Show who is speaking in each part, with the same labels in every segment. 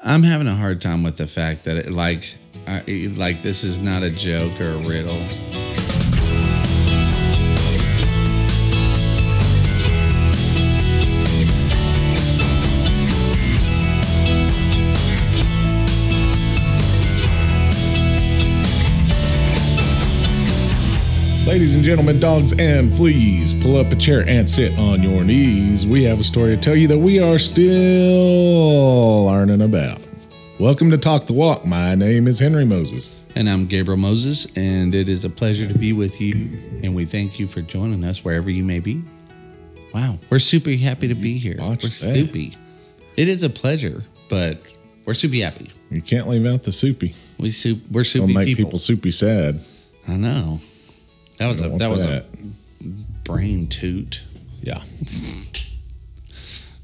Speaker 1: I'm having a hard time with the fact that it, like, I, it- like this is not a joke or a riddle.
Speaker 2: Ladies and gentlemen, dogs and fleas, pull up a chair and sit on your knees. We have a story to tell you that we are still learning about. Welcome to Talk the Walk. My name is Henry Moses.
Speaker 1: And I'm Gabriel Moses, and it is a pleasure to be with you. And we thank you for joining us wherever you may be. Wow, we're super happy to be here.
Speaker 2: Watch
Speaker 1: we're
Speaker 2: that.
Speaker 1: soupy. It is a pleasure, but we're super happy.
Speaker 2: You can't leave out the soupy.
Speaker 1: We soup. We're
Speaker 2: Don't
Speaker 1: soupy
Speaker 2: make people.
Speaker 1: people.
Speaker 2: soupy sad.
Speaker 1: I know. That was a
Speaker 2: Don't
Speaker 1: that
Speaker 2: want
Speaker 1: was a brain toot.
Speaker 2: yeah,
Speaker 1: Hmm.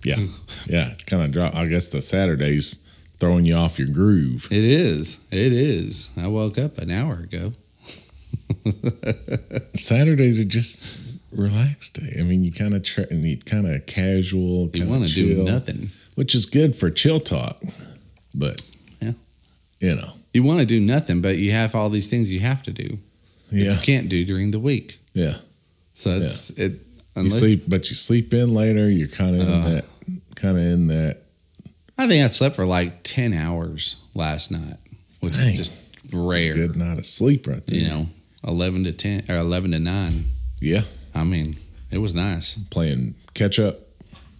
Speaker 2: yeah, yeah. Kind of drop. I guess the Saturdays throwing you off your groove.
Speaker 1: It is. It is. I woke up an hour ago.
Speaker 2: Saturdays are just relaxed day. I mean, you kind of tra- and you kind of casual.
Speaker 1: You
Speaker 2: kinda
Speaker 1: want to do
Speaker 2: chill,
Speaker 1: nothing.
Speaker 2: which is good for chill talk. But
Speaker 1: Yeah.
Speaker 2: you know,
Speaker 1: You want to do nothing, but you have all these things you have to do.
Speaker 2: yeah,
Speaker 1: You can't do during the week.
Speaker 2: yeah.
Speaker 1: So it's it.
Speaker 2: You
Speaker 1: Unless, Uh,
Speaker 2: sleep, but you sleep in later. You're kind of in that, kind of in that.
Speaker 1: I think I slept for like ten hours last night, which
Speaker 2: Dang.
Speaker 1: is just rare.
Speaker 2: Good night of sleep, right there.
Speaker 1: You know, eleven to ten or eleven to nine.
Speaker 2: Yeah,
Speaker 1: I mean, it was nice.
Speaker 2: playing catch up.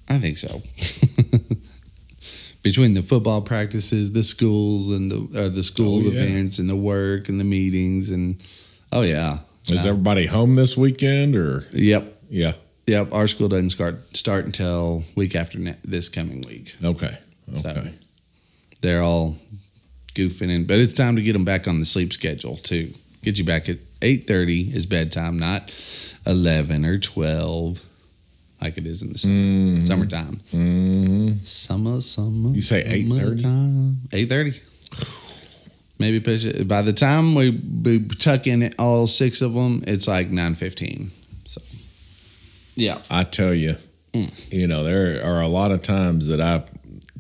Speaker 1: I think so. Between the football practices, the schools, and the uh, the school
Speaker 2: Oh, yeah.
Speaker 1: events, and the work, and the meetings, and oh yeah,
Speaker 2: Is everybody home this weekend or?
Speaker 1: yep,
Speaker 2: Yeah.
Speaker 1: yep. Our school doesn't start start until week after ne- this coming week.
Speaker 2: Okay. Okay.
Speaker 1: So they're all goofing in, but it's time to get them back on the sleep schedule too. Get you back at eight thirty is bedtime, not eleven or twelve, like it is in the summer, summertime.
Speaker 2: hmm
Speaker 1: Summer, summer.
Speaker 2: You say 8:30?
Speaker 1: Eight thirty. Maybe push it. By the time we, we tuck in all six of them, it's like nine fifteen. So, yeah,
Speaker 2: I tell you,
Speaker 1: Mm.
Speaker 2: you know, there are a lot of times that I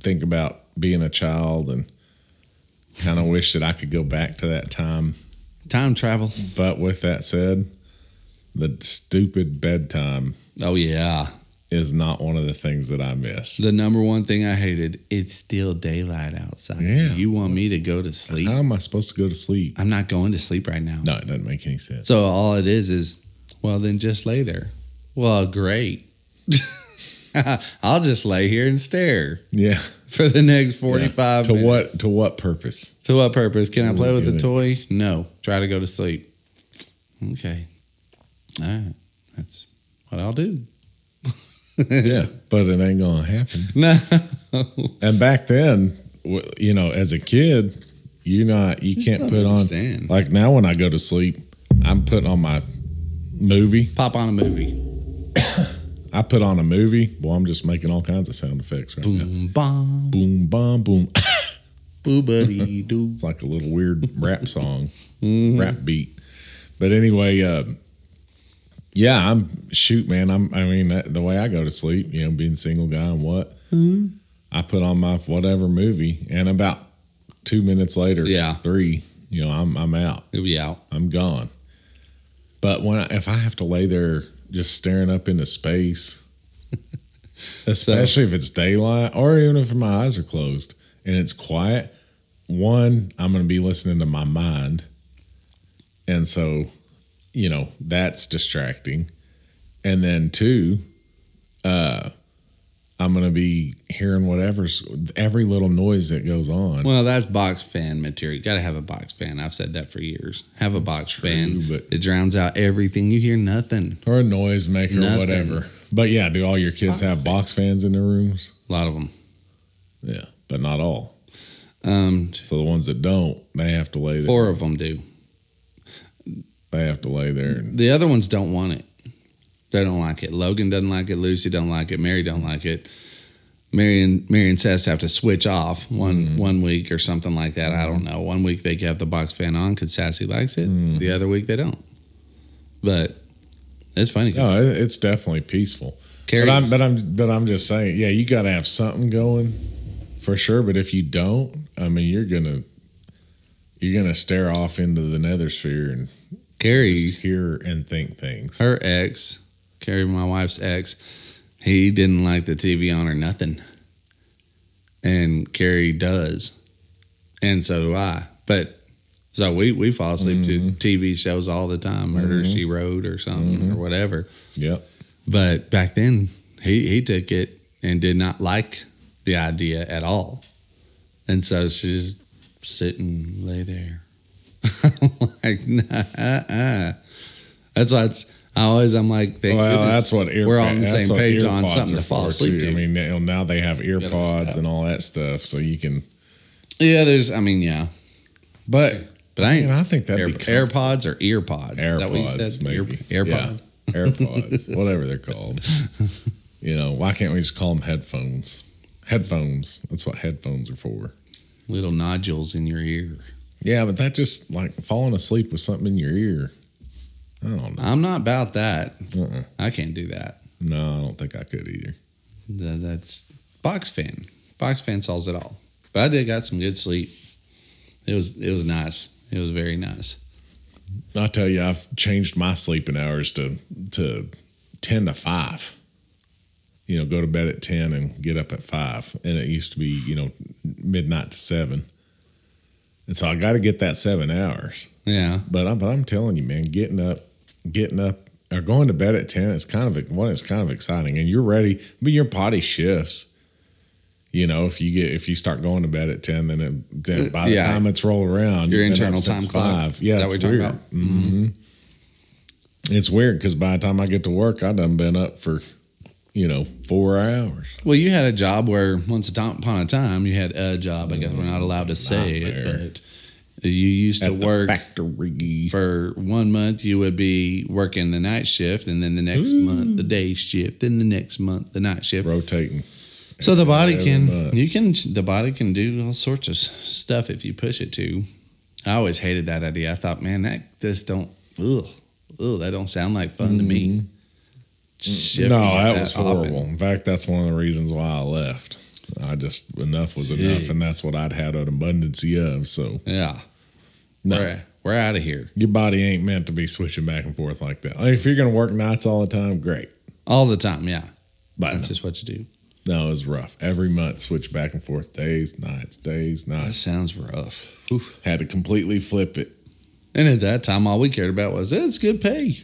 Speaker 2: think about being a child and kind of wish that I could go back to that time.
Speaker 1: time travel.
Speaker 2: But with that said, the stupid bedtime
Speaker 1: Oh yeah,
Speaker 2: is not one of the things that I miss.
Speaker 1: the number one thing I hated. It's still daylight outside.
Speaker 2: Yeah.
Speaker 1: You want me to go to sleep?
Speaker 2: How am I supposed to go to sleep?
Speaker 1: I'm not going to sleep right now.
Speaker 2: No, it doesn't make any sense.
Speaker 1: So all it is is, well, then just lay there. Well, great. I'll just lay here and stare
Speaker 2: Yeah.
Speaker 1: for the next forty-five.
Speaker 2: to
Speaker 1: minutes.
Speaker 2: what to what purpose?
Speaker 1: To what purpose? Can I play with
Speaker 2: give
Speaker 1: a
Speaker 2: it-
Speaker 1: toy? No. Try to go to sleep. Okay. All right. That's what I'll do.
Speaker 2: yeah, but it ain't gonna happen.
Speaker 1: No.
Speaker 2: And back then, w- you know, as a kid, you're not you can't
Speaker 1: don't
Speaker 2: put on
Speaker 1: understand.
Speaker 2: like now when I go to sleep, I'm putting on my movie.
Speaker 1: Pop on a movie.
Speaker 2: I put on a movie. Boy, I'm just making all kinds of sound effects right now.
Speaker 1: Boom, bomb,
Speaker 2: Boom, bomb, boom.
Speaker 1: boo, buddy, doo.
Speaker 2: It's like a little weird rap song, rap beat. But anyway, uh, yeah, I'm shoot, man. I'm. I mean, that, the way I go to sleep, you know, being a single guy and what, I put on my whatever movie, and about two minutes later,
Speaker 1: Yeah.
Speaker 2: three, you know, I'm I'm out.
Speaker 1: It'll be out.
Speaker 2: I'm gone. But when I, if I have to lay there just staring up into space, especially if it's daylight or even if my eyes are closed and it's quiet, one, I'm going to be listening to my mind. And so, you know, that's distracting. And then two, uh, I'm going to be hearing whatever's every little noise that goes on.
Speaker 1: Well, that's box fan material. You got to have a box fan. I've said that for years. Have a box fan.
Speaker 2: but-
Speaker 1: it drowns out everything. You hear nothing.
Speaker 2: or a noisemaker
Speaker 1: Nothing.
Speaker 2: or whatever. But yeah, do all your kids have box fans in their rooms?
Speaker 1: A lot of them.
Speaker 2: Yeah, but not all.
Speaker 1: Um,
Speaker 2: So the ones that don't, they have to lay there.
Speaker 1: four of them do.
Speaker 2: They have to lay there. And,
Speaker 1: The other ones don't want it. They don't like it. Logan doesn't like it. Lucy don't like it. Mary don't like it. Mary and Mary and Seth have to switch off one
Speaker 2: Mm-hmm.
Speaker 1: one week or something like that. I don't know. One week they have the box fan on because Sassy likes it.
Speaker 2: Mm-hmm.
Speaker 1: The other week they don't. But it's funny. 'cause
Speaker 2: no, it, it's definitely peaceful.
Speaker 1: Carrie's-
Speaker 2: But I'm, but I'm, but I'm just saying. Yeah, you got to have something going for sure. But if you don't, I mean, you're gonna you're gonna stare off into the nether sphere and
Speaker 1: Gary,
Speaker 2: just hear and think things.
Speaker 1: her ex, Gary, my wife's ex, he didn't like the TV on or nothing. And Carrie does. And so do I. But so we, we fall asleep to TV shows all the time, Murder She Wrote or something or whatever.
Speaker 2: Yep.
Speaker 1: But back then, he, he took it and did not like the idea at all. And so she's sit and lay there. I'm like, nah, uh-uh. That's why it's, I always, I'm like, thank
Speaker 2: Well,
Speaker 1: goodness
Speaker 2: that's what ear.
Speaker 1: we're all on the
Speaker 2: that's
Speaker 1: same
Speaker 2: what
Speaker 1: page on
Speaker 2: earpods
Speaker 1: something
Speaker 2: are
Speaker 1: to fall
Speaker 2: for,
Speaker 1: asleep
Speaker 2: too.
Speaker 1: to.
Speaker 2: I mean, now, now they have ear
Speaker 1: Yeah.
Speaker 2: pods and all that stuff, so you can.
Speaker 1: yeah, there's, I mean, yeah.
Speaker 2: But
Speaker 1: But I ain't,
Speaker 2: and I think that'd
Speaker 1: Air,
Speaker 2: be comfortable.
Speaker 1: AirPods or ear pods. Is that what you
Speaker 2: AirPods,
Speaker 1: said?
Speaker 2: maybe.
Speaker 1: Ear, AirPod.
Speaker 2: Yeah. AirPods, whatever they're called. You know, why can't we just call them headphones? Headphones. That's what headphones are for.
Speaker 1: Little nodules in your ear.
Speaker 2: Yeah, but that just like falling asleep with something in your ear. I don't know.
Speaker 1: I'm not about that.
Speaker 2: Uh-uh.
Speaker 1: I can't do that.
Speaker 2: No, I don't think I could either.
Speaker 1: Th- That's box fan. Box fan solves it all. But I did got some good sleep. It was it was nice. It was very nice.
Speaker 2: I tell you, I've changed my sleeping hours to to ten to five. You know, go to bed at ten and get up at five. And it used to be, you know, midnight to seven. And so I got to get that seven hours.
Speaker 1: Yeah.
Speaker 2: But I'm, but I'm telling you, man, getting up, getting up, or going to bed at ten is kind of one. It's kind of exciting, and you're ready. But your body shifts. You know, if you get if you start going to bed at ten, then, it, then by the
Speaker 1: Yeah.
Speaker 2: time it's roll around,
Speaker 1: Your
Speaker 2: you've been up
Speaker 1: internal
Speaker 2: since
Speaker 1: time clock.
Speaker 2: Yeah,
Speaker 1: That
Speaker 2: it's
Speaker 1: we're talking
Speaker 2: weird.
Speaker 1: about? Mm-hmm.
Speaker 2: hmm It's weird because by the time I get to work, I done been up for you know four hours.
Speaker 1: Well, you had a job where once upon a time you had a job. I guess we're not allowed to say
Speaker 2: Nightmare.
Speaker 1: it, but you used to
Speaker 2: At the
Speaker 1: work
Speaker 2: factory.
Speaker 1: for one month. You would be working the night shift, and then the next month the day shift, then the next month the night shift.
Speaker 2: rotating.
Speaker 1: So the body
Speaker 2: Every
Speaker 1: can
Speaker 2: month.
Speaker 1: you can the body can do all sorts of s- stuff if you push it to. I always hated that idea. I thought, man, that just don't ugh, ugh that don't sound like fun to me. Shifting
Speaker 2: Mm-hmm. no,
Speaker 1: like
Speaker 2: that, was
Speaker 1: often.
Speaker 2: horrible. In fact, that's one of the reasons why I left. I just enough was enough, and that's what I'd had an abundance of. So
Speaker 1: Yeah.
Speaker 2: No.
Speaker 1: We're, we're out of here
Speaker 2: your body ain't meant to be switching back and forth like that. Like, if you're gonna work nights all the time, great.
Speaker 1: all the time. Yeah,
Speaker 2: But
Speaker 1: that's just what you do.
Speaker 2: no, it was rough. Every month, switch back and forth, days, nights, days,
Speaker 1: That
Speaker 2: nights.
Speaker 1: sounds rough. Oof.
Speaker 2: Had to completely flip it.
Speaker 1: And at that time, all we cared about was it's good pay.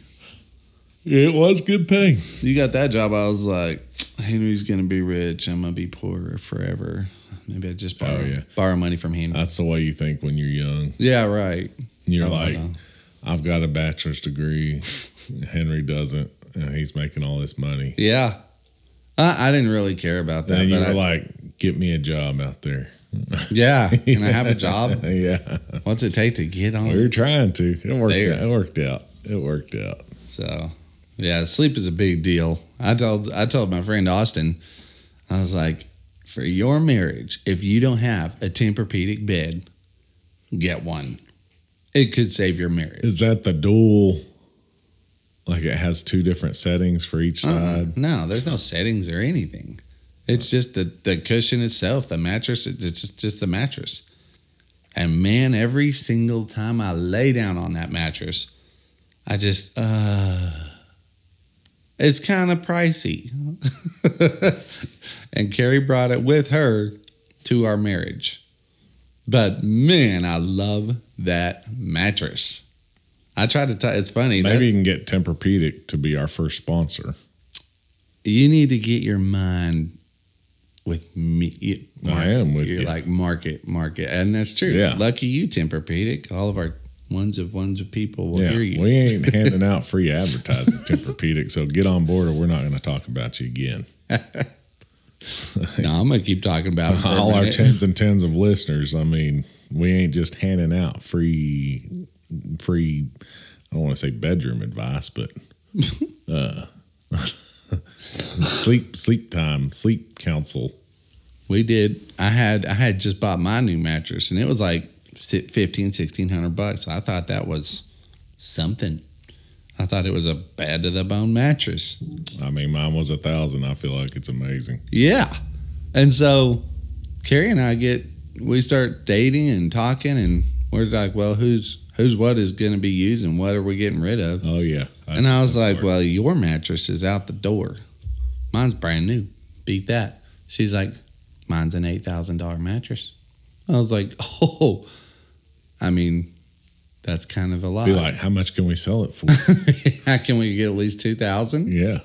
Speaker 2: It was good pay.
Speaker 1: You got that job. I was like, Henry's gonna be rich. I'm gonna be poor forever. Maybe I just borrow
Speaker 2: Oh, yeah.
Speaker 1: borrow money from him.
Speaker 2: That's the way you think when you're young.
Speaker 1: yeah, right.
Speaker 2: You're
Speaker 1: Oh,
Speaker 2: like,
Speaker 1: no.
Speaker 2: I've got a bachelor's degree. Henry doesn't, and he's making all this money.
Speaker 1: Yeah. I, I didn't really care about that.
Speaker 2: Then you
Speaker 1: but
Speaker 2: were
Speaker 1: I-
Speaker 2: like, "Get me a job out there."
Speaker 1: yeah, can I have a job?
Speaker 2: yeah,
Speaker 1: What's it take to get on?
Speaker 2: we were trying to. It worked.
Speaker 1: There.
Speaker 2: Out. It worked out. It worked out.
Speaker 1: So, yeah, sleep is a big deal. I told I told my friend Austin, I was like, for your marriage, if you don't have a Tempur-Pedic bed, get one. It could save your marriage.
Speaker 2: Is that the dual? Like it has two different settings for each
Speaker 1: Uh-uh.
Speaker 2: side.
Speaker 1: No, there's no settings or anything. It's just the, the cushion itself, the mattress. it- It's just, just the mattress. And man, every single time I lay down on that mattress, I just uh, it's kind of pricey. and Carrie brought it with her to our marriage. But man, I love that mattress. I tried to tell. It's funny. that-
Speaker 2: Maybe you can get Tempur-Pedic to be our first sponsor.
Speaker 1: you need to get your mind with me. You-
Speaker 2: I am with
Speaker 1: you're
Speaker 2: you.
Speaker 1: Like market, market, and that's true.
Speaker 2: Yeah.
Speaker 1: Lucky you, Tempur-Pedic. All of our ones of ones of people will
Speaker 2: yeah,
Speaker 1: hear you.
Speaker 2: we ain't handing out free advertising Tempur-Pedic, so get on board, or we're not going to talk about you again.
Speaker 1: no, I'm gonna keep talking about it for a
Speaker 2: all our
Speaker 1: minute.
Speaker 2: tens and tens of listeners. I mean, we ain't just handing out free, free. I don't want to say bedroom advice, but uh, sleep sleep time, sleep counsel.
Speaker 1: We did. I had I had just bought my new mattress, and it was like si- 15, 1600 bucks. I thought that was something. I thought it was a bad to the bone mattress.
Speaker 2: I mean, mine was a thousand. I feel like it's amazing.
Speaker 1: Yeah. And so Carrie and I get we start dating and talking, and we're like, well, who's who's what is going to be used, and what are we getting rid of?
Speaker 2: Oh yeah.
Speaker 1: and I was like,
Speaker 2: part.
Speaker 1: well, your mattress is out the door. Mine's brand new. Beat that. She's like, mine's an eight thousand dollar mattress. I was like, oh, I mean, that's kind of a lot.
Speaker 2: Be like, how much can we sell it for?
Speaker 1: How can we get at least two thousand?
Speaker 2: yeah.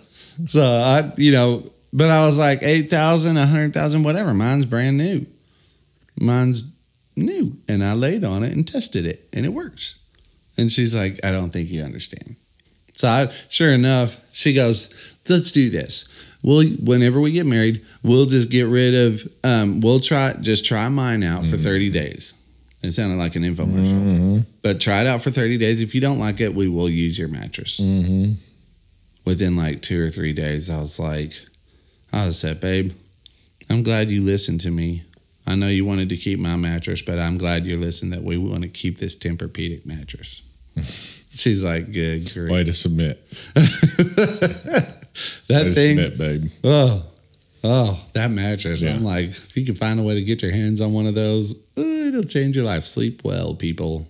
Speaker 1: So I, you know, but I was like eight thousand, a hundred thousand, whatever. Mine's brand new. Mine's new, and I laid on it and tested it, and it works. And she's like, I don't think you understand. So I, sure enough, she goes, "Let's do this. We'll whenever we get married, we'll just get rid of. Um, we'll try just try mine out for thirty days." It sounded like an
Speaker 2: Mm-hmm.
Speaker 1: infomercial, but try it out for thirty days. If you don't like it, we will use your mattress
Speaker 2: Mm-hmm.
Speaker 1: within like two or three days, I was like, I was said, babe, I'm glad you listened to me. I know you wanted to keep my mattress, but I'm glad you listened that we want to keep this Tempur-Pedic mattress. She's like, good grief.
Speaker 2: Way to submit. Way
Speaker 1: that
Speaker 2: to
Speaker 1: thing,
Speaker 2: submit, babe.
Speaker 1: oh, oh, that mattress.
Speaker 2: Yeah.
Speaker 1: I'm like, if you can find a way to get your hands on one of those, ooh, it'll change your life. Sleep well, people.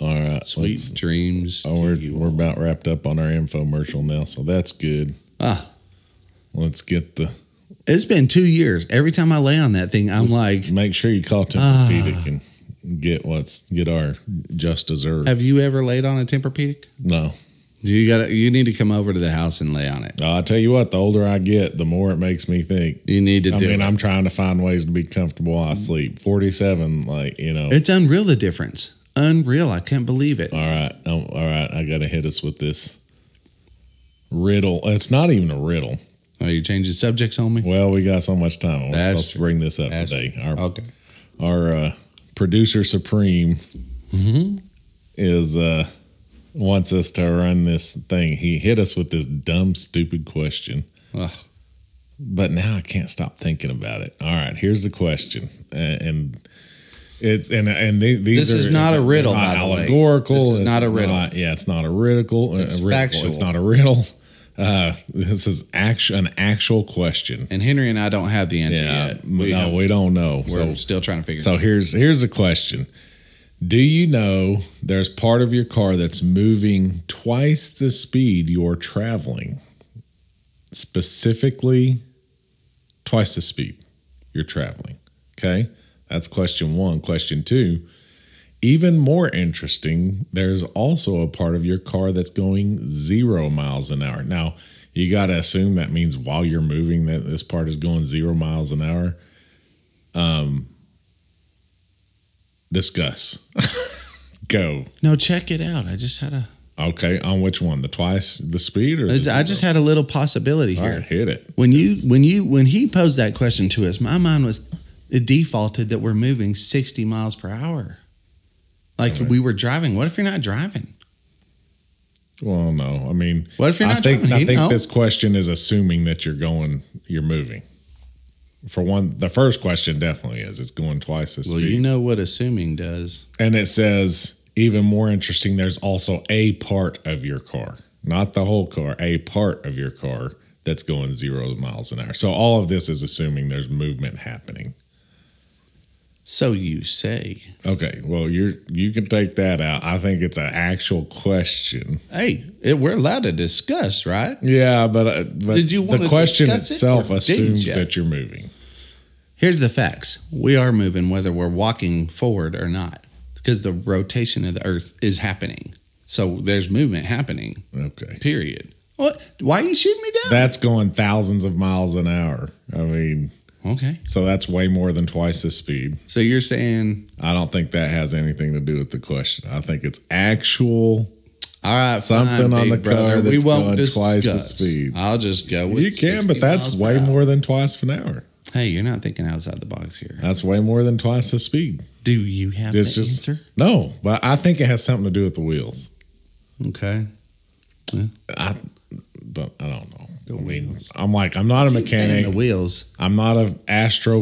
Speaker 2: All right.
Speaker 1: Sweet
Speaker 2: let's-
Speaker 1: dreams.
Speaker 2: Oh, we're, we're about wrapped up on our infomercial now, so that's good.
Speaker 1: Ah,
Speaker 2: Let's get the.
Speaker 1: it's been two years. Every time I lay on that thing, I'm like,
Speaker 2: Make sure you call Tempur-Pedic
Speaker 1: Ah.
Speaker 2: and get what's get our just deserved.
Speaker 1: have you ever laid on a Tempur-Pedic?
Speaker 2: No,
Speaker 1: You got you need to come over to the house and lay on it.
Speaker 2: I tell you what. The older I get, the more it makes me think.
Speaker 1: You need to
Speaker 2: I
Speaker 1: do
Speaker 2: mean,
Speaker 1: it.
Speaker 2: I'm trying to find ways to be comfortable while I sleep. 47, like you know.
Speaker 1: it's unreal the difference. Unreal. I can't believe it.
Speaker 2: All right, um, all right. I gotta hit us with this riddle. It's not even a riddle.
Speaker 1: Oh, you changing subjects on me?
Speaker 2: Well, we got so much time. We're
Speaker 1: That's
Speaker 2: supposed to bring this up
Speaker 1: That's- oh.
Speaker 2: today. Our
Speaker 1: Okay.
Speaker 2: our uh, producer supreme
Speaker 1: Mm-hmm.
Speaker 2: is uh, wants us to run this thing. He hit us with this dumb, stupid question,
Speaker 1: Ugh.
Speaker 2: but now I can't stop thinking about it. All right, here's the question, A- and it's and and the- these
Speaker 1: This is
Speaker 2: are-
Speaker 1: not a riddle,
Speaker 2: they're not
Speaker 1: by the way.
Speaker 2: allegorical.
Speaker 1: This is
Speaker 2: It's
Speaker 1: not a riddle.
Speaker 2: yeah, it's not a riddle. It's
Speaker 1: factual.
Speaker 2: It's not a riddle. Uh, this is actu an actual question.
Speaker 1: And Henry and I don't have the answer
Speaker 2: Yeah,
Speaker 1: yet.
Speaker 2: no,
Speaker 1: We have-
Speaker 2: we don't know.
Speaker 1: we're
Speaker 2: So
Speaker 1: still trying to figure it out.
Speaker 2: so here's here's a question. Do you know there's part of your car that's moving twice the speed you're traveling? Specifically twice the speed you're traveling. Okay? That's question 1. Question 2. Even more interesting, there's also a part of your car that's going 0 miles an hour. Now, you got to assume that means while you're moving that this part is going 0 miles an hour. Discuss. Go.
Speaker 1: No, check it out. I just had a
Speaker 2: Okay, on which one? The twice the speed or the
Speaker 1: I just had a little possibility
Speaker 2: All
Speaker 1: here.
Speaker 2: right, hit it.
Speaker 1: When you when you when he posed that question to us, my mind was it defaulted that we're moving 60 miles per hour. Like we were driving. What if you're not driving?
Speaker 2: Well, no. I mean,
Speaker 1: What if you're
Speaker 2: I
Speaker 1: not
Speaker 2: think
Speaker 1: driving?
Speaker 2: I
Speaker 1: You
Speaker 2: think
Speaker 1: know.
Speaker 2: this question is assuming that you're going, you're moving. For one, the first question definitely is it's going twice the speed,
Speaker 1: Well, you know what assuming does.
Speaker 2: and it says even more interesting. There's also a part of your car, not the whole car, a part of your car that's going zero miles an hour. So all of this is assuming there's movement happening.
Speaker 1: So you say.
Speaker 2: Okay, well you're you can take that out. I think it's an actual question.
Speaker 1: Hey, it, we're allowed to discuss, right?
Speaker 2: Yeah, but, uh, but
Speaker 1: Did you
Speaker 2: the
Speaker 1: wanna
Speaker 2: question
Speaker 1: discuss it,
Speaker 2: itself
Speaker 1: or did
Speaker 2: assumes
Speaker 1: ya?
Speaker 2: that you're moving.
Speaker 1: Here's the facts we are moving whether we're walking forward or not because the rotation of the earth is happening. So there's movement happening,
Speaker 2: Okay,
Speaker 1: period. What? Why are you shooting me down?
Speaker 2: that's going thousands of miles an hour. I mean,
Speaker 1: okay.
Speaker 2: so that's way more than twice the speed.
Speaker 1: So you're saying,
Speaker 2: I don't think that has anything to do with the question. I think it's actual.
Speaker 1: all right,
Speaker 2: Something
Speaker 1: fine,
Speaker 2: on
Speaker 1: big
Speaker 2: the
Speaker 1: brother,
Speaker 2: car
Speaker 1: we
Speaker 2: that's
Speaker 1: won't
Speaker 2: going twice the
Speaker 1: discuss.
Speaker 2: speed.
Speaker 1: I'll just go with
Speaker 2: You can,
Speaker 1: 60
Speaker 2: but that's
Speaker 1: miles per
Speaker 2: way
Speaker 1: hour.
Speaker 2: more than twice an hour.
Speaker 1: Hey, you're not thinking outside the box here.
Speaker 2: That's way more than twice the speed.
Speaker 1: Do you have
Speaker 2: It's
Speaker 1: the
Speaker 2: just
Speaker 1: answer?
Speaker 2: no, but I think it has something to do with the wheels.
Speaker 1: Okay.
Speaker 2: I, but I don't know. I mean, I'm like, I'm not a mechanic.
Speaker 1: And the wheels.
Speaker 2: I'm not an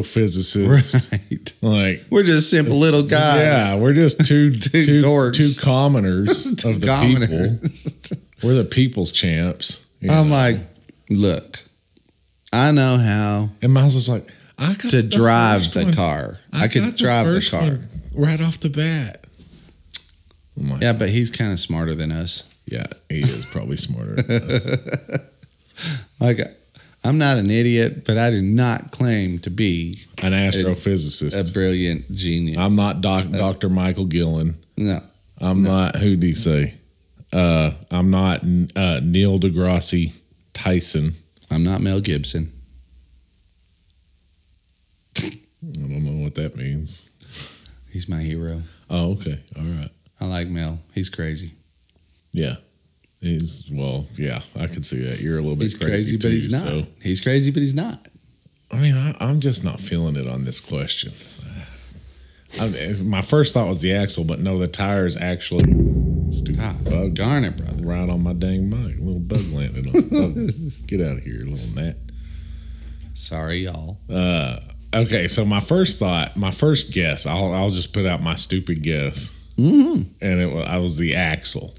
Speaker 2: astrophysicist.
Speaker 1: Right.
Speaker 2: Like,
Speaker 1: We're just simple little guys.
Speaker 2: yeah, we're just two two
Speaker 1: dorks.
Speaker 2: two commoners of the people.
Speaker 1: Commoners.
Speaker 2: We're the people's champs. you know.
Speaker 1: I'm like, look, I know how.
Speaker 2: and Miles was like, I got
Speaker 1: Oh. to
Speaker 2: the
Speaker 1: drive
Speaker 2: first
Speaker 1: the
Speaker 2: one.
Speaker 1: car. I,
Speaker 2: got
Speaker 1: could drive the
Speaker 2: first
Speaker 1: car.
Speaker 2: one right off the bat. Oh my-
Speaker 1: Yeah, but he's kind of smarter than us.
Speaker 2: yeah, he is probably smarter.
Speaker 1: Like, I'm not an idiot, but I do not claim to be
Speaker 2: An
Speaker 1: a
Speaker 2: astrophysicist.
Speaker 1: brilliant genius.
Speaker 2: I'm not doc, Dr. Michael Gillen.
Speaker 1: no.
Speaker 2: I'm not who do you say? Uh, I'm not uh, Neil deGrasse Tyson.
Speaker 1: I'm not Mel Gibson.
Speaker 2: I don't know what that means.
Speaker 1: He's my hero.
Speaker 2: Oh, okay, all right,
Speaker 1: I like Mel. He's crazy.
Speaker 2: yeah. He's well, yeah. I can see that you're a little bit
Speaker 1: He's crazy, but
Speaker 2: too,
Speaker 1: he's not.
Speaker 2: so-
Speaker 1: He's crazy, but he's not.
Speaker 2: I mean, I, I'm just not feeling it on this question. I mean, my first thought was the axle, but no, the tires actually. Stupid
Speaker 1: Ah,
Speaker 2: bug
Speaker 1: darn it, brother.
Speaker 2: right on my dang mic. Little bug landed on. the bug. Get out of here, little gnat.
Speaker 1: Sorry, y'all.
Speaker 2: Okay, so my first thought, my first guess, I'll I'll just put out my stupid guess,
Speaker 1: Mm-hmm.
Speaker 2: and it was I was the axle,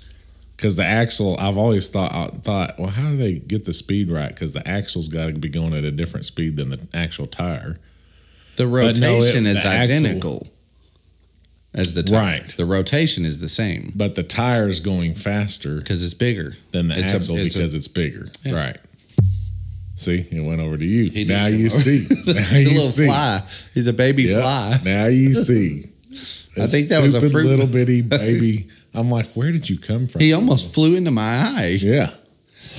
Speaker 2: because the axle I've always thought I thought well how do they get the speed right because the axle's got to be going at a different speed than the actual tire.
Speaker 1: The
Speaker 2: But
Speaker 1: rotation
Speaker 2: no, it-
Speaker 1: is
Speaker 2: the axle-
Speaker 1: identical as the tire.
Speaker 2: Right.
Speaker 1: The rotation is the same
Speaker 2: But the tire's going faster
Speaker 1: because it's bigger
Speaker 2: than the
Speaker 1: It's a-
Speaker 2: axle
Speaker 1: it's a-
Speaker 2: because it's bigger. Right. See, it went over to you.
Speaker 1: did
Speaker 2: now
Speaker 1: come
Speaker 2: you
Speaker 1: over.
Speaker 2: see. Now
Speaker 1: the
Speaker 2: you
Speaker 1: little
Speaker 2: see.
Speaker 1: fly. He's a baby
Speaker 2: Yep.
Speaker 1: fly.
Speaker 2: Now you see.
Speaker 1: I think that was a
Speaker 2: Stupid
Speaker 1: fruit-
Speaker 2: little bitty baby. I'm like, where did you come from?
Speaker 1: He almost flew into my eye.
Speaker 2: Yeah.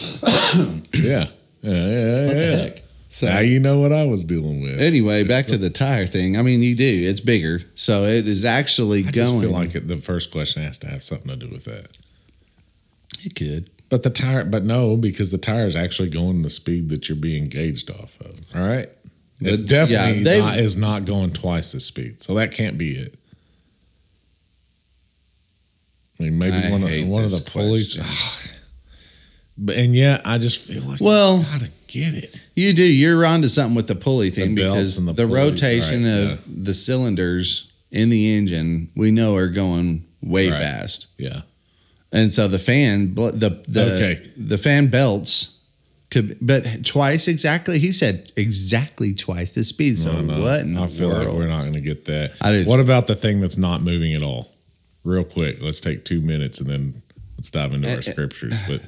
Speaker 2: yeah. Yeah. Yeah. yeah.
Speaker 1: heck? So-
Speaker 2: now you know what I was dealing with.
Speaker 1: Anyway, back to the tire thing. I mean, you do. It's bigger, so it is actually
Speaker 2: I just
Speaker 1: going.
Speaker 2: feel like it, the first question has to have something to do with that.
Speaker 1: it could.
Speaker 2: But the tire, but no, because the tire is actually going the speed that you're being gauged off of. All right. It's
Speaker 1: But,
Speaker 2: definitely
Speaker 1: yeah, they-
Speaker 2: not, is not going twice the speed. So that can't be it. I mean, maybe
Speaker 1: I
Speaker 2: one of
Speaker 1: hate
Speaker 2: one of the
Speaker 1: this
Speaker 2: pulleys. but and yet, I just feel like
Speaker 1: Well-
Speaker 2: I gotta get it.
Speaker 1: You do. You're onto something with the pulley thing
Speaker 2: belts
Speaker 1: because
Speaker 2: and
Speaker 1: the,
Speaker 2: the pulleys,
Speaker 1: rotation
Speaker 2: right,
Speaker 1: of
Speaker 2: yeah.
Speaker 1: the cylinders in the engine we know are going way
Speaker 2: Right.
Speaker 1: fast,
Speaker 2: Yeah,
Speaker 1: and so the fan bl- the the
Speaker 2: Okay.
Speaker 1: the fan belts could but twice exactly. He said exactly twice the speed. So
Speaker 2: I know.
Speaker 1: what in
Speaker 2: I
Speaker 1: the
Speaker 2: feel like
Speaker 1: world?
Speaker 2: we're not gonna get that.
Speaker 1: I did-
Speaker 2: What about the thing that's not moving at all? Real quick, let's take two minutes and then let's dive into
Speaker 1: Eh,
Speaker 2: our scriptures. But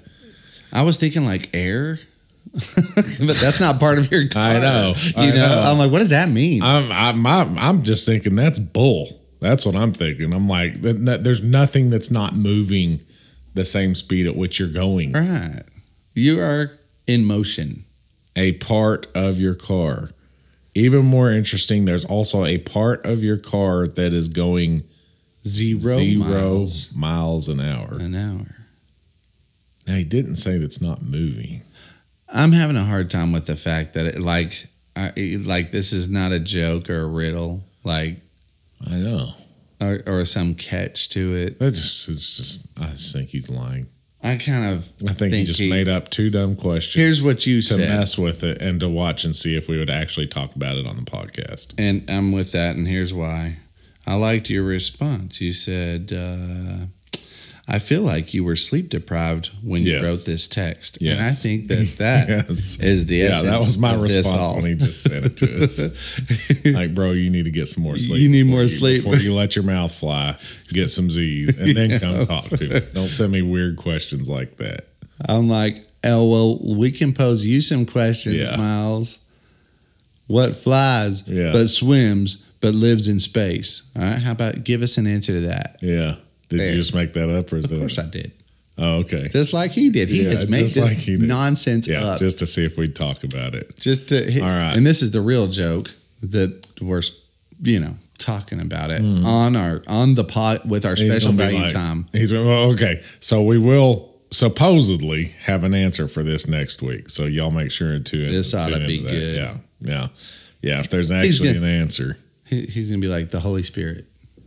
Speaker 1: I was thinking like air, but that's not part of your. Car.
Speaker 2: I know,
Speaker 1: You
Speaker 2: I
Speaker 1: know?
Speaker 2: know.
Speaker 1: I'm like, what does that mean?
Speaker 2: I'm I'm I'm, I'm just thinking that's bull. That's what I'm thinking. I'm like, th- th- there's nothing that's not moving the same speed at which you're going.
Speaker 1: right. You are in motion.
Speaker 2: A part of your car. Even more interesting, there's also a part of your car that is going
Speaker 1: Zero,
Speaker 2: zero
Speaker 1: miles
Speaker 2: miles, an hour.
Speaker 1: an hour.
Speaker 2: Now he didn't say that's not moving.
Speaker 1: I'm having a hard time with the fact that it, like, I, it- like this is not a joke or a riddle, like,
Speaker 2: I know.
Speaker 1: or, or some catch to it.
Speaker 2: That just it's just I just think he's lying.
Speaker 1: I kind of
Speaker 2: I think, he
Speaker 1: Think
Speaker 2: just
Speaker 1: he-
Speaker 2: made up two dumb questions
Speaker 1: here's what you
Speaker 2: to
Speaker 1: said,
Speaker 2: mess with it and to watch and see if we would actually talk about it on the podcast.
Speaker 1: and I'm with that, and here's why. I liked your response. You said, uh, "I feel like you were sleep deprived when
Speaker 2: Yes.
Speaker 1: you wrote this text," and I
Speaker 2: Yes.
Speaker 1: think that that is
Speaker 2: Yes.
Speaker 1: the
Speaker 2: Yeah, that
Speaker 1: essence
Speaker 2: was my
Speaker 1: of this
Speaker 2: response
Speaker 1: all.
Speaker 2: when he just said it to us. like, bro, you need to get some more sleep.
Speaker 1: You need
Speaker 2: before
Speaker 1: more sleep."
Speaker 2: before you let your mouth fly. Get some Z's and then come talk to me. Don't send me weird questions like that.
Speaker 1: I'm like, oh well, we can pose you some questions,
Speaker 2: Yeah.
Speaker 1: Miles. What flies
Speaker 2: Yeah.
Speaker 1: but swims but lives in space? All right, how about give us an answer to that?
Speaker 2: Yeah, did
Speaker 1: There.
Speaker 2: you just make that up or is
Speaker 1: Of course,
Speaker 2: it?
Speaker 1: I did.
Speaker 2: Oh, okay.
Speaker 1: Just like he did, he
Speaker 2: Yeah,
Speaker 1: has made
Speaker 2: just
Speaker 1: this
Speaker 2: like he did.
Speaker 1: nonsense
Speaker 2: yeah,
Speaker 1: up
Speaker 2: just to see if we'd talk about it.
Speaker 1: just to hit.
Speaker 2: All right.
Speaker 1: And this is the real joke that we're, you know, talking about it on our on the pot with our
Speaker 2: Hmm. He's
Speaker 1: special
Speaker 2: gonna be
Speaker 1: value
Speaker 2: like-
Speaker 1: time.
Speaker 2: He's gonna- well, okay. So we will supposedly have an answer for this next week. So y'all make sure to
Speaker 1: This ought to
Speaker 2: tune into
Speaker 1: be
Speaker 2: that.
Speaker 1: good.
Speaker 2: Yeah, yeah, yeah. If there's actually
Speaker 1: gonna-
Speaker 2: an answer,
Speaker 1: He, he's gonna be like the Holy Spirit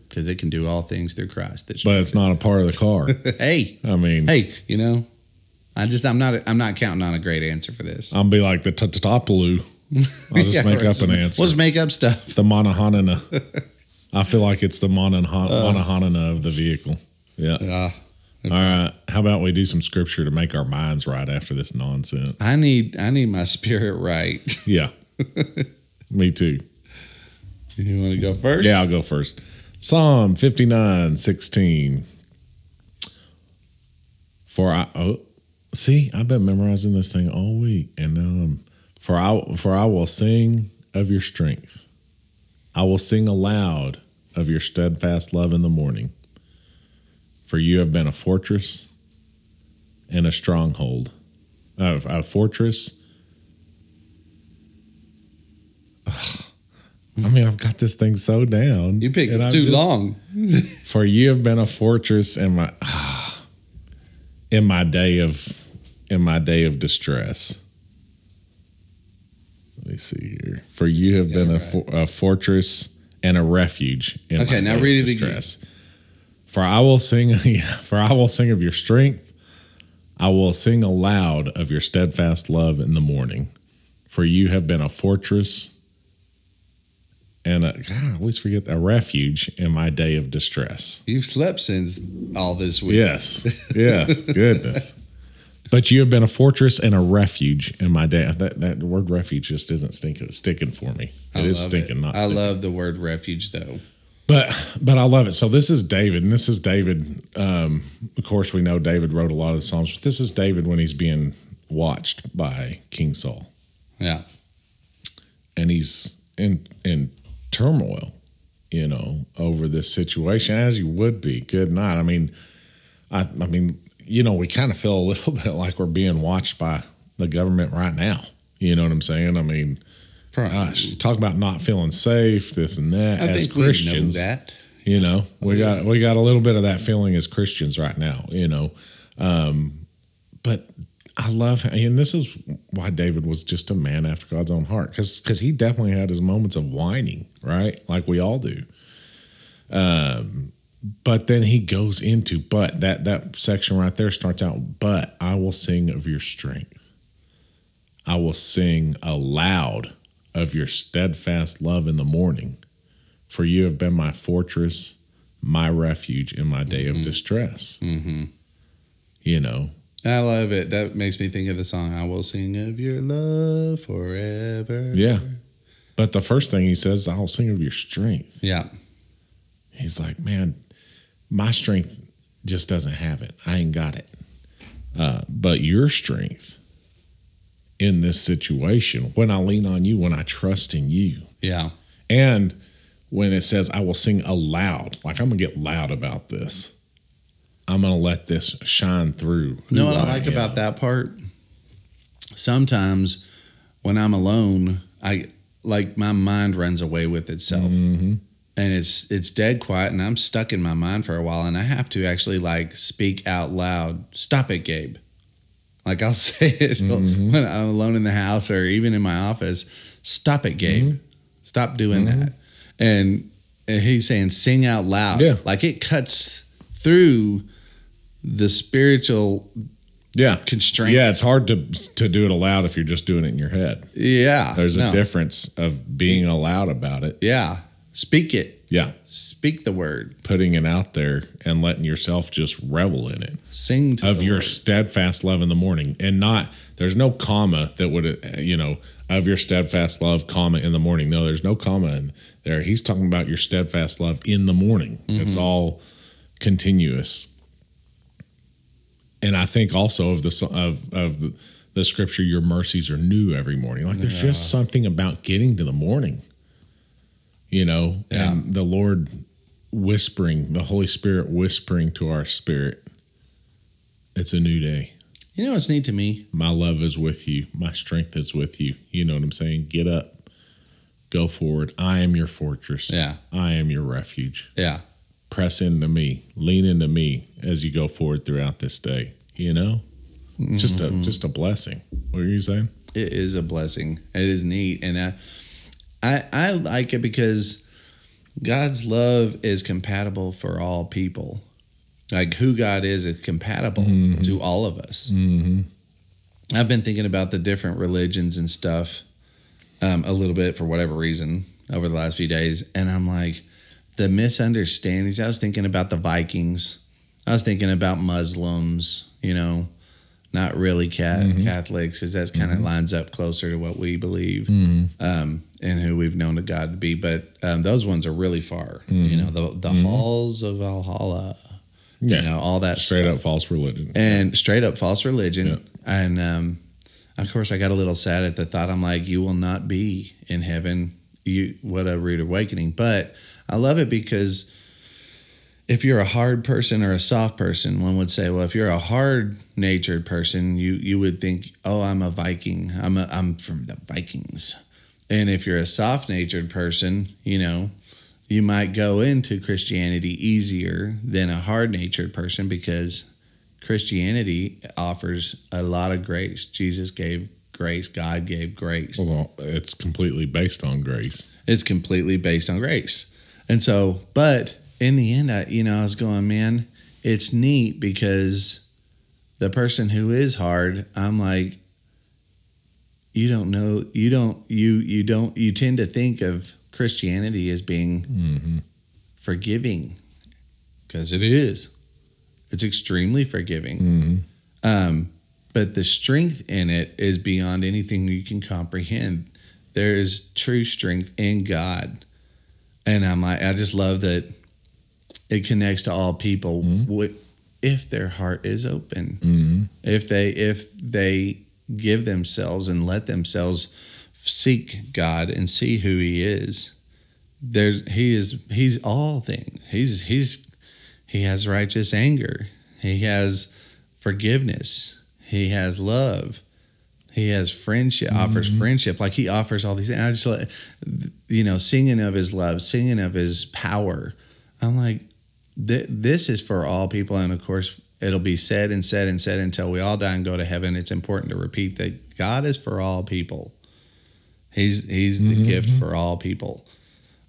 Speaker 1: because it can do all things through Christ. That
Speaker 2: but it's not a part of the car.
Speaker 1: hey,
Speaker 2: I mean,
Speaker 1: hey, you know, I just I'm not I'm not counting on a great answer for this.
Speaker 2: I'll be like the Tatapaloo. I'll just
Speaker 1: Yeah,
Speaker 2: make
Speaker 1: right.
Speaker 2: up an answer.
Speaker 1: Let's make up stuff.
Speaker 2: the Monahanana. I feel like it's the Monahan- Monahanana of the vehicle. Yeah.
Speaker 1: Uh,
Speaker 2: All right. How about we do some scripture to make our minds right after this nonsense?
Speaker 1: I need I need my spirit right.
Speaker 2: Yeah. Me too.
Speaker 1: You want to go first?
Speaker 2: Yeah, I'll go first. Psalm 59 16. For I oh see, I've been memorizing this thing all week. And um for I for I will sing of your strength. I will sing aloud of your steadfast love in the morning. For you have been a fortress and a stronghold. Uh, a fortress. Ugh. I mean, I've got this thing so down.
Speaker 1: You picked
Speaker 2: and
Speaker 1: it
Speaker 2: I'm
Speaker 1: too
Speaker 2: just-
Speaker 1: long.
Speaker 2: for you have been a fortress in my ah, in my day of in my day of distress. Let me see here. For you have been a, for, a fortress and a refuge. In
Speaker 1: Okay,
Speaker 2: my
Speaker 1: now
Speaker 2: day of
Speaker 1: read it
Speaker 2: distress. For I will sing, yeah, for I will sing of your strength. I will sing aloud of your steadfast love in the morning. For you have been a fortress and a, God, I always forget a refuge in my day of distress.
Speaker 1: You've slept since all this week.
Speaker 2: Yes, yes, goodness. But you have been a fortress and a refuge in my day. That, that word refuge just isn't stinking, it's sticking for me.
Speaker 1: I
Speaker 2: It is
Speaker 1: love
Speaker 2: stinking, not
Speaker 1: I
Speaker 2: stinking.
Speaker 1: love the word refuge though.
Speaker 2: But but I love it. So this is David, and this is David. Um, of course, we know David wrote a lot of the psalms, but this is David when he's being watched by King Saul,
Speaker 1: Yeah.
Speaker 2: and he's in in turmoil, you know, over this situation, as you would be. Good night. I mean, I I mean, you know, we kind of feel a little bit like we're being watched by the government right now. You know what I'm saying? I mean,
Speaker 1: Probably.
Speaker 2: gosh, talk about not feeling safe, this and that.
Speaker 1: I
Speaker 2: as
Speaker 1: think
Speaker 2: Christians,
Speaker 1: we know that.
Speaker 2: you know, we got we got a little bit of that feeling as Christians right now. You know, um, but I love, and this is why David was just a man after God's own heart, because because he definitely had his moments of whining, right? Like we all do. Um, but then he goes into but that that section right there starts out. But I will sing of your strength. I will sing aloud of your steadfast love in the morning for you have been my fortress, my refuge in my day of distress.
Speaker 1: Mm-hmm.
Speaker 2: You know,
Speaker 1: I love it. That makes me think of the song I will sing of your love forever.
Speaker 2: yeah. But the first thing he says, I'll sing of your strength.
Speaker 1: Yeah.
Speaker 2: He's like, man, my strength just doesn't have it. I ain't got it. Uh, but your strength in this situation, when I lean on you, when I trust in you,
Speaker 1: Yeah.
Speaker 2: and when it says, I will sing aloud, like I'm going to get loud about this. I'm going to let this shine through.
Speaker 1: You know what I
Speaker 2: who
Speaker 1: like
Speaker 2: am.
Speaker 1: about that part? Sometimes when I'm alone, I like my mind runs away with itself.
Speaker 2: Mm-hmm.
Speaker 1: And it's it's dead quiet and I'm stuck in my mind for a while and I have to actually like speak out loud, stop it, Gabe. Like I'll say it
Speaker 2: Mm-hmm.
Speaker 1: when I'm alone in the house or even in my office, stop it, Gabe.
Speaker 2: Mm-hmm.
Speaker 1: Stop doing that. And and he's saying sing out loud.
Speaker 2: Yeah.
Speaker 1: Like it cuts through the spiritual
Speaker 2: Yeah.
Speaker 1: constraint.
Speaker 2: Yeah, it's hard to to do it aloud if you're just doing it in your head.
Speaker 1: Yeah.
Speaker 2: There's a
Speaker 1: no.
Speaker 2: difference of being aloud about it.
Speaker 1: Yeah. Speak it.
Speaker 2: Yeah,
Speaker 1: Speak the word.
Speaker 2: putting it out there and letting yourself just revel in it
Speaker 1: Sing to
Speaker 2: of
Speaker 1: the
Speaker 2: your
Speaker 1: Lord.
Speaker 2: steadfast love in the morning and not there's no comma that would uh, you know of your steadfast love comma in the morning. No, there's no comma in there. He's talking about your steadfast love in the morning.
Speaker 1: Mm-hmm.
Speaker 2: It's all continuous. and I think also of the of of the, the scripture, your mercies are new every morning. Like there's just something about getting to the morning, you know, and the Lord whispering, the Holy Spirit whispering to our spirit, "It's a new day.
Speaker 1: You know what's neat to me?
Speaker 2: My love is with you. My strength is with you." You know what I'm saying? Get up, go forward. I am your fortress.
Speaker 1: Yeah.
Speaker 2: I am your refuge
Speaker 1: Yeah.
Speaker 2: press into me, lean into me as you go forward throughout this day. You know, just a
Speaker 1: Mm-hmm.
Speaker 2: just a blessing. What are you saying?
Speaker 1: It is a blessing. It is neat. And I I I like it because God's love is compatible for all people. Like who God is is compatible to all of us.
Speaker 2: Mm-hmm.
Speaker 1: I've been thinking about the different religions and stuff um, a little bit for whatever reason over the last few days. And I'm like, the misunderstandings. I was thinking about the Vikings. I was thinking about Muslims, you know, not really cat
Speaker 2: Mm-hmm.
Speaker 1: Catholics, because that kind of lines up closer to what we believe
Speaker 2: Mm-hmm.
Speaker 1: um, and who we've known to God to be. But um, those ones are really far.
Speaker 2: Mm-hmm.
Speaker 1: You know, the the halls of Valhalla.
Speaker 2: Yeah.
Speaker 1: You know, all that
Speaker 2: Straight
Speaker 1: stuff
Speaker 2: up false religion.
Speaker 1: and straight up false religion. And um, of course, I got a little sad at the thought. I'm like, you will not be in heaven. You what a rude awakening. But I love it because if you're a hard person or a soft person, one would say, well, if you're a hard natured person, you you would think, oh, I'm a Viking. I'm a, I'm from the Vikings. And if you're a soft natured person, you know, you might go into Christianity easier than a hard natured person because Christianity offers a lot of grace. Jesus gave grace, God gave grace.
Speaker 2: Well, it's completely based on grace.
Speaker 1: It's completely based on grace. And so, but in the end, I, you know, I was going, man, it's neat because the person who is hard, I'm like, you don't know, you don't, you, you don't, you tend to think of Christianity as being Mm-hmm. forgiving because it is. It's extremely forgiving.
Speaker 2: Mm-hmm.
Speaker 1: Um, but the strength in it is beyond anything you can comprehend. There is true strength in God. And I'm like, I just love that it connects to all people wi- if their heart is open.
Speaker 2: Mm-hmm.
Speaker 1: If they if they give themselves and let themselves seek God and see who he is. There's he is he's all things. He's he's he has righteous anger. He has forgiveness. He has love. He has friendship, offers friendship. Like he offers all these things. I just, like, th- you know, singing of his love, singing of his power. I'm like, th- this is for all people. And of course, it'll be said and said and said until we all die and go to heaven. It's important to repeat that God is for all people. He's he's the gift for all people.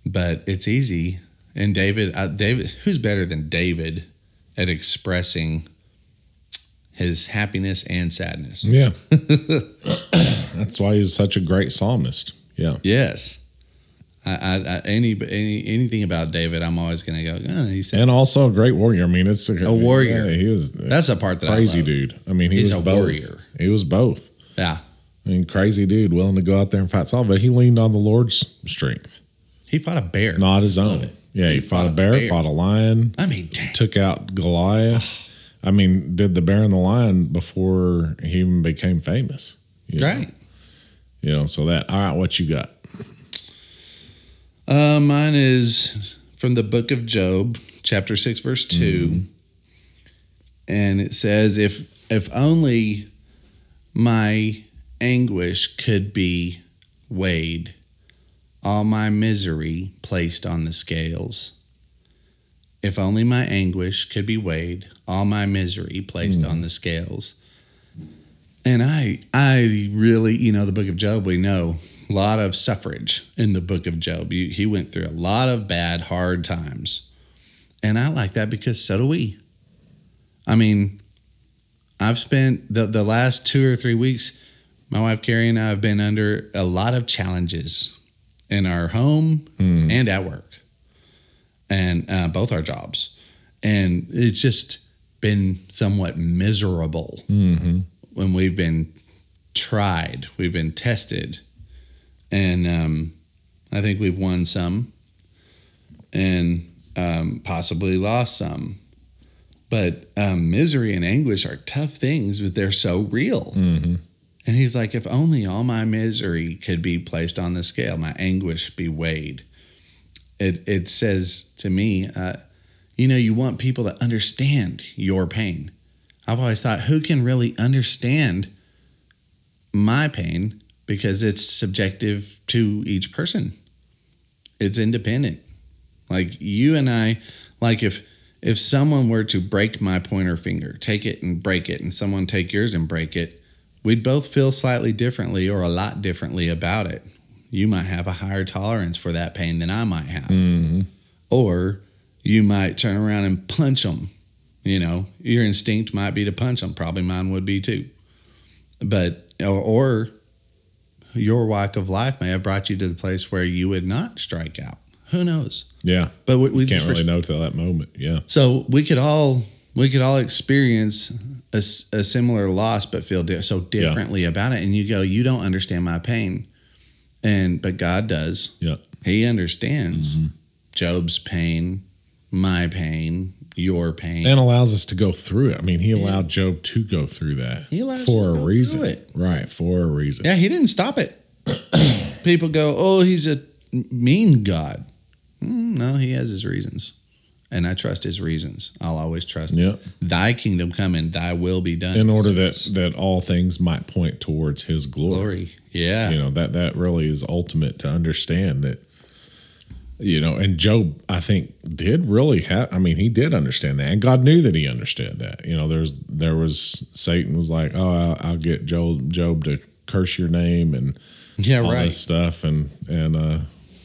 Speaker 1: But it's easy. And David, uh, David, who's better than David at expressing his happiness and sadness?
Speaker 2: Yeah. That's why he's such a great psalmist. Yeah.
Speaker 1: Yes. I, I, I any any anything about David, I'm always gonna go. Oh, he said
Speaker 2: And also a great warrior. I mean, it's a,
Speaker 1: warrior.
Speaker 2: Yeah, he was a
Speaker 1: that's a part that I
Speaker 2: crazy
Speaker 1: love.
Speaker 2: dude. I mean, he
Speaker 1: He's
Speaker 2: was
Speaker 1: a
Speaker 2: both.
Speaker 1: warrior.
Speaker 2: He was both.
Speaker 1: Yeah,
Speaker 2: I mean, crazy dude, willing to go out there and fight Saul, but he leaned on the Lord's strength,
Speaker 1: he fought a bear.
Speaker 2: not his own.
Speaker 1: it.
Speaker 2: Yeah, he, fought, a bear, fought a lion,
Speaker 1: I mean, dang.
Speaker 2: took out Goliath. I mean, did the bear and the lion before he even became famous. you know?
Speaker 1: right.
Speaker 2: You know, so that. All right, what you got?
Speaker 1: Uh, mine is from the book of Job, chapter six, verse 2 and it says, "If if only my anguish could be weighed, all my misery placed on the scales. If only my anguish could be weighed, all my misery placed on the scales." And I I really, you know, the book of Job, we know a lot of suffrage in the book of Job. You, he went through a lot of bad, hard times. And I like that because so do we. I mean, I've spent the, the last two or three weeks, my wife Carrie and I have been under a lot of challenges in our home and at work and uh, both our jobs. And it's just been somewhat miserable
Speaker 2: Mm-hmm,
Speaker 1: when we've been tried, we've been tested, and um, I think we've won some, and um, possibly lost some. But um, misery and anguish are tough things, but they're so real.
Speaker 2: mm-hmm,
Speaker 1: And he's like, if only all my misery could be placed on the scale, my anguish be weighed. It it says to me, uh, you know, you want people to understand your pain. I've always thought, who can really understand my pain because it's subjective to each person. It's independent. Like you and I, like if if someone were to break my pointer finger, take it and break it, and someone take yours and break it, we'd both feel slightly differently or a lot differently about it. You might have a higher tolerance for that pain than I might have.
Speaker 2: Mm. mm-hmm.
Speaker 1: Or you might turn around and punch them. You know, your instinct might be to punch them. Probably mine would be too. But, or, or your walk of life may have brought you to the place where you would not strike out. Who knows?
Speaker 2: Yeah.
Speaker 1: But we, we
Speaker 2: Can't
Speaker 1: just
Speaker 2: really know till that moment. Yeah.
Speaker 1: so we could all we could all experience a, s- a similar loss but feel di- so differently about it and you go you don't understand my pain and but god does
Speaker 2: Yeah. Mm-hmm.
Speaker 1: he understands job's pain my pain your pain
Speaker 2: And allows us to go through it. I mean, he allowed Job to go through that
Speaker 1: He allows you to
Speaker 2: for
Speaker 1: go
Speaker 2: a
Speaker 1: through
Speaker 2: reason.
Speaker 1: it.
Speaker 2: Right. For a reason.
Speaker 1: yeah he didn't stop it people go oh he's a mean god Mm, no he has his reasons and i trust his reasons i'll always trust him.
Speaker 2: Yeah.
Speaker 1: thy kingdom come and thy will be done
Speaker 2: In order that that all things might point towards his
Speaker 1: glory yeah
Speaker 2: you know that that really is ultimate to understand that you know and job i think did really have i mean he did understand that and god knew that he understood that you know there's there was satan was like oh i'll, I'll get job job to curse your name and
Speaker 1: yeah
Speaker 2: all
Speaker 1: right
Speaker 2: this stuff and and uh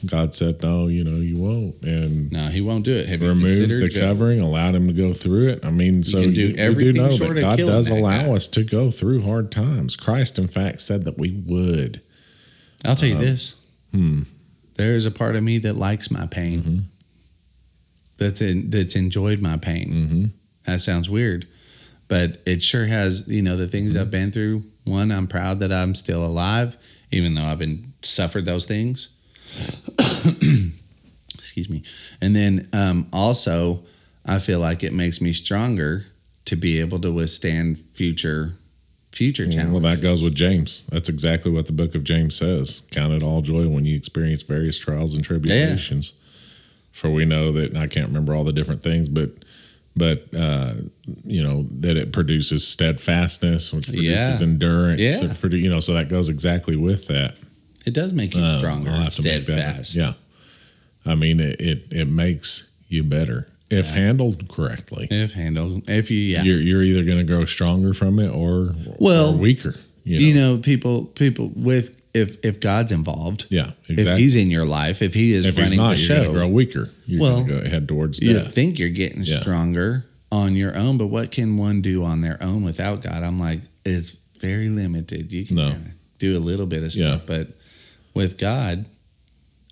Speaker 2: god said no you know you won't and
Speaker 1: No, he won't do it. Have you
Speaker 2: removed
Speaker 1: considered
Speaker 2: the
Speaker 1: Job?
Speaker 2: covering allowed him to go through it i mean so
Speaker 1: can do
Speaker 2: you, we
Speaker 1: everything
Speaker 2: do know
Speaker 1: short
Speaker 2: that
Speaker 1: of
Speaker 2: god
Speaker 1: killing
Speaker 2: does
Speaker 1: that
Speaker 2: allow
Speaker 1: guy.
Speaker 2: us to go through hard times christ in fact said that we would
Speaker 1: I'll tell you
Speaker 2: Uh-huh.
Speaker 1: this.
Speaker 2: Hmm.
Speaker 1: There is a part of me that likes my pain.
Speaker 2: Mm-hmm.
Speaker 1: That's in, that's enjoyed my pain.
Speaker 2: Mm-hmm.
Speaker 1: That sounds weird, but it sure has. You know the things
Speaker 2: Mm-hmm.
Speaker 1: I've been through. One, I'm proud that I'm still alive, even though I've been suffered those things. Excuse me. And then um, also, I feel like it makes me stronger to be able to withstand future future challenges.
Speaker 2: Mm, Well, that goes with James. That's exactly what the book of James says. Count it all joy when you experience various trials and tribulations. For we know that and I can't remember all the different things, but but uh, you know that it produces steadfastness, which produces
Speaker 1: Yeah.
Speaker 2: endurance.
Speaker 1: Yeah.
Speaker 2: It produ- you know, so that goes exactly with that.
Speaker 1: It does make you
Speaker 2: Um,
Speaker 1: stronger,
Speaker 2: I'll
Speaker 1: and
Speaker 2: have to make that-
Speaker 1: steadfast.
Speaker 2: Yeah, I mean it. It, it makes you better if handled correctly.
Speaker 1: If handled, if you, yeah,
Speaker 2: You're you're either going to grow stronger from it or
Speaker 1: Well,
Speaker 2: or weaker. You know?
Speaker 1: you know, people, people with if if God's involved,
Speaker 2: yeah,
Speaker 1: if
Speaker 2: exactly.
Speaker 1: He's in your life, if He is
Speaker 2: If he's
Speaker 1: running
Speaker 2: not,
Speaker 1: the
Speaker 2: you're going to
Speaker 1: show,
Speaker 2: grow weaker. You're
Speaker 1: Well,
Speaker 2: going to go head towards
Speaker 1: you
Speaker 2: death.
Speaker 1: think you're getting
Speaker 2: Yeah.
Speaker 1: stronger on your own. But what can one do on their own without God? I'm like, it's very limited. You can
Speaker 2: No.
Speaker 1: kinda do a little bit of
Speaker 2: Yeah.
Speaker 1: stuff, but with God,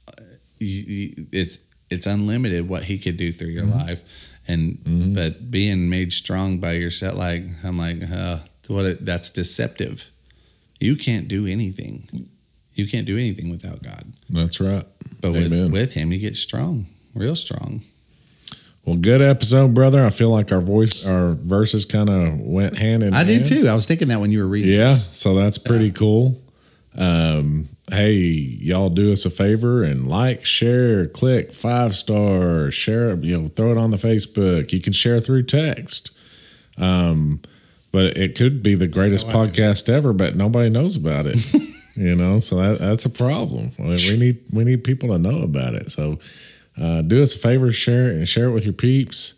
Speaker 1: uh, you, you, it's it's unlimited what He could do through your
Speaker 2: Mm-hmm.
Speaker 1: life. And but being made strong by yourself, like I'm like, uh, what? A, that's deceptive. You can't do anything. You can't do anything without God.
Speaker 2: That's right.
Speaker 1: But with,
Speaker 2: Amen.
Speaker 1: with Him, you get strong, real strong.
Speaker 2: Well, good episode, brother. I feel like our voice, our verses kind of went hand in
Speaker 1: I do
Speaker 2: hand.
Speaker 1: too. I was thinking that when you were reading.
Speaker 2: Yeah. So that's pretty cool. Um, hey, y'all do us a favor and like, share, click five star, share, you know, throw it on the Facebook. You can share through text. Um, but it could be the greatest podcast ever, but nobody knows about it. you know, so that, that's a problem. I mean, we need we need people to know about it. So uh, do us a favor, share it and share it with your peeps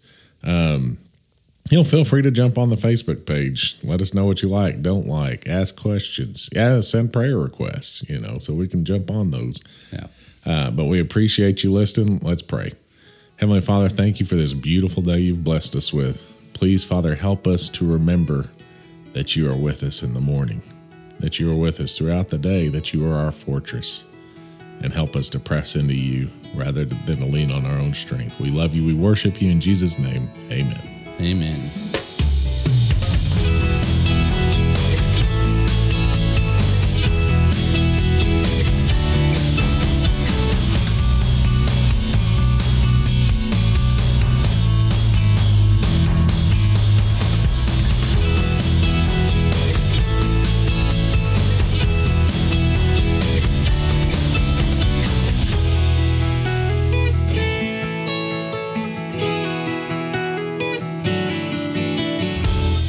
Speaker 2: you know, feel free to jump on the Facebook page. Let us know what you like, don't like, ask questions. Yeah, send prayer requests, you know, so we can jump on those.
Speaker 1: Yeah.
Speaker 2: Uh, but we appreciate you listening. Let's pray. Heavenly Father, thank you for this beautiful day you've blessed us with. Please, Father, help us to remember that you are with us in the morning, that you are with us throughout the day, that you are our fortress, and help us to press into you rather than to lean on our own strength. We love you. We worship you in Jesus' name. Amen.
Speaker 1: Amen.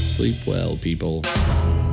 Speaker 1: Sleep well, people.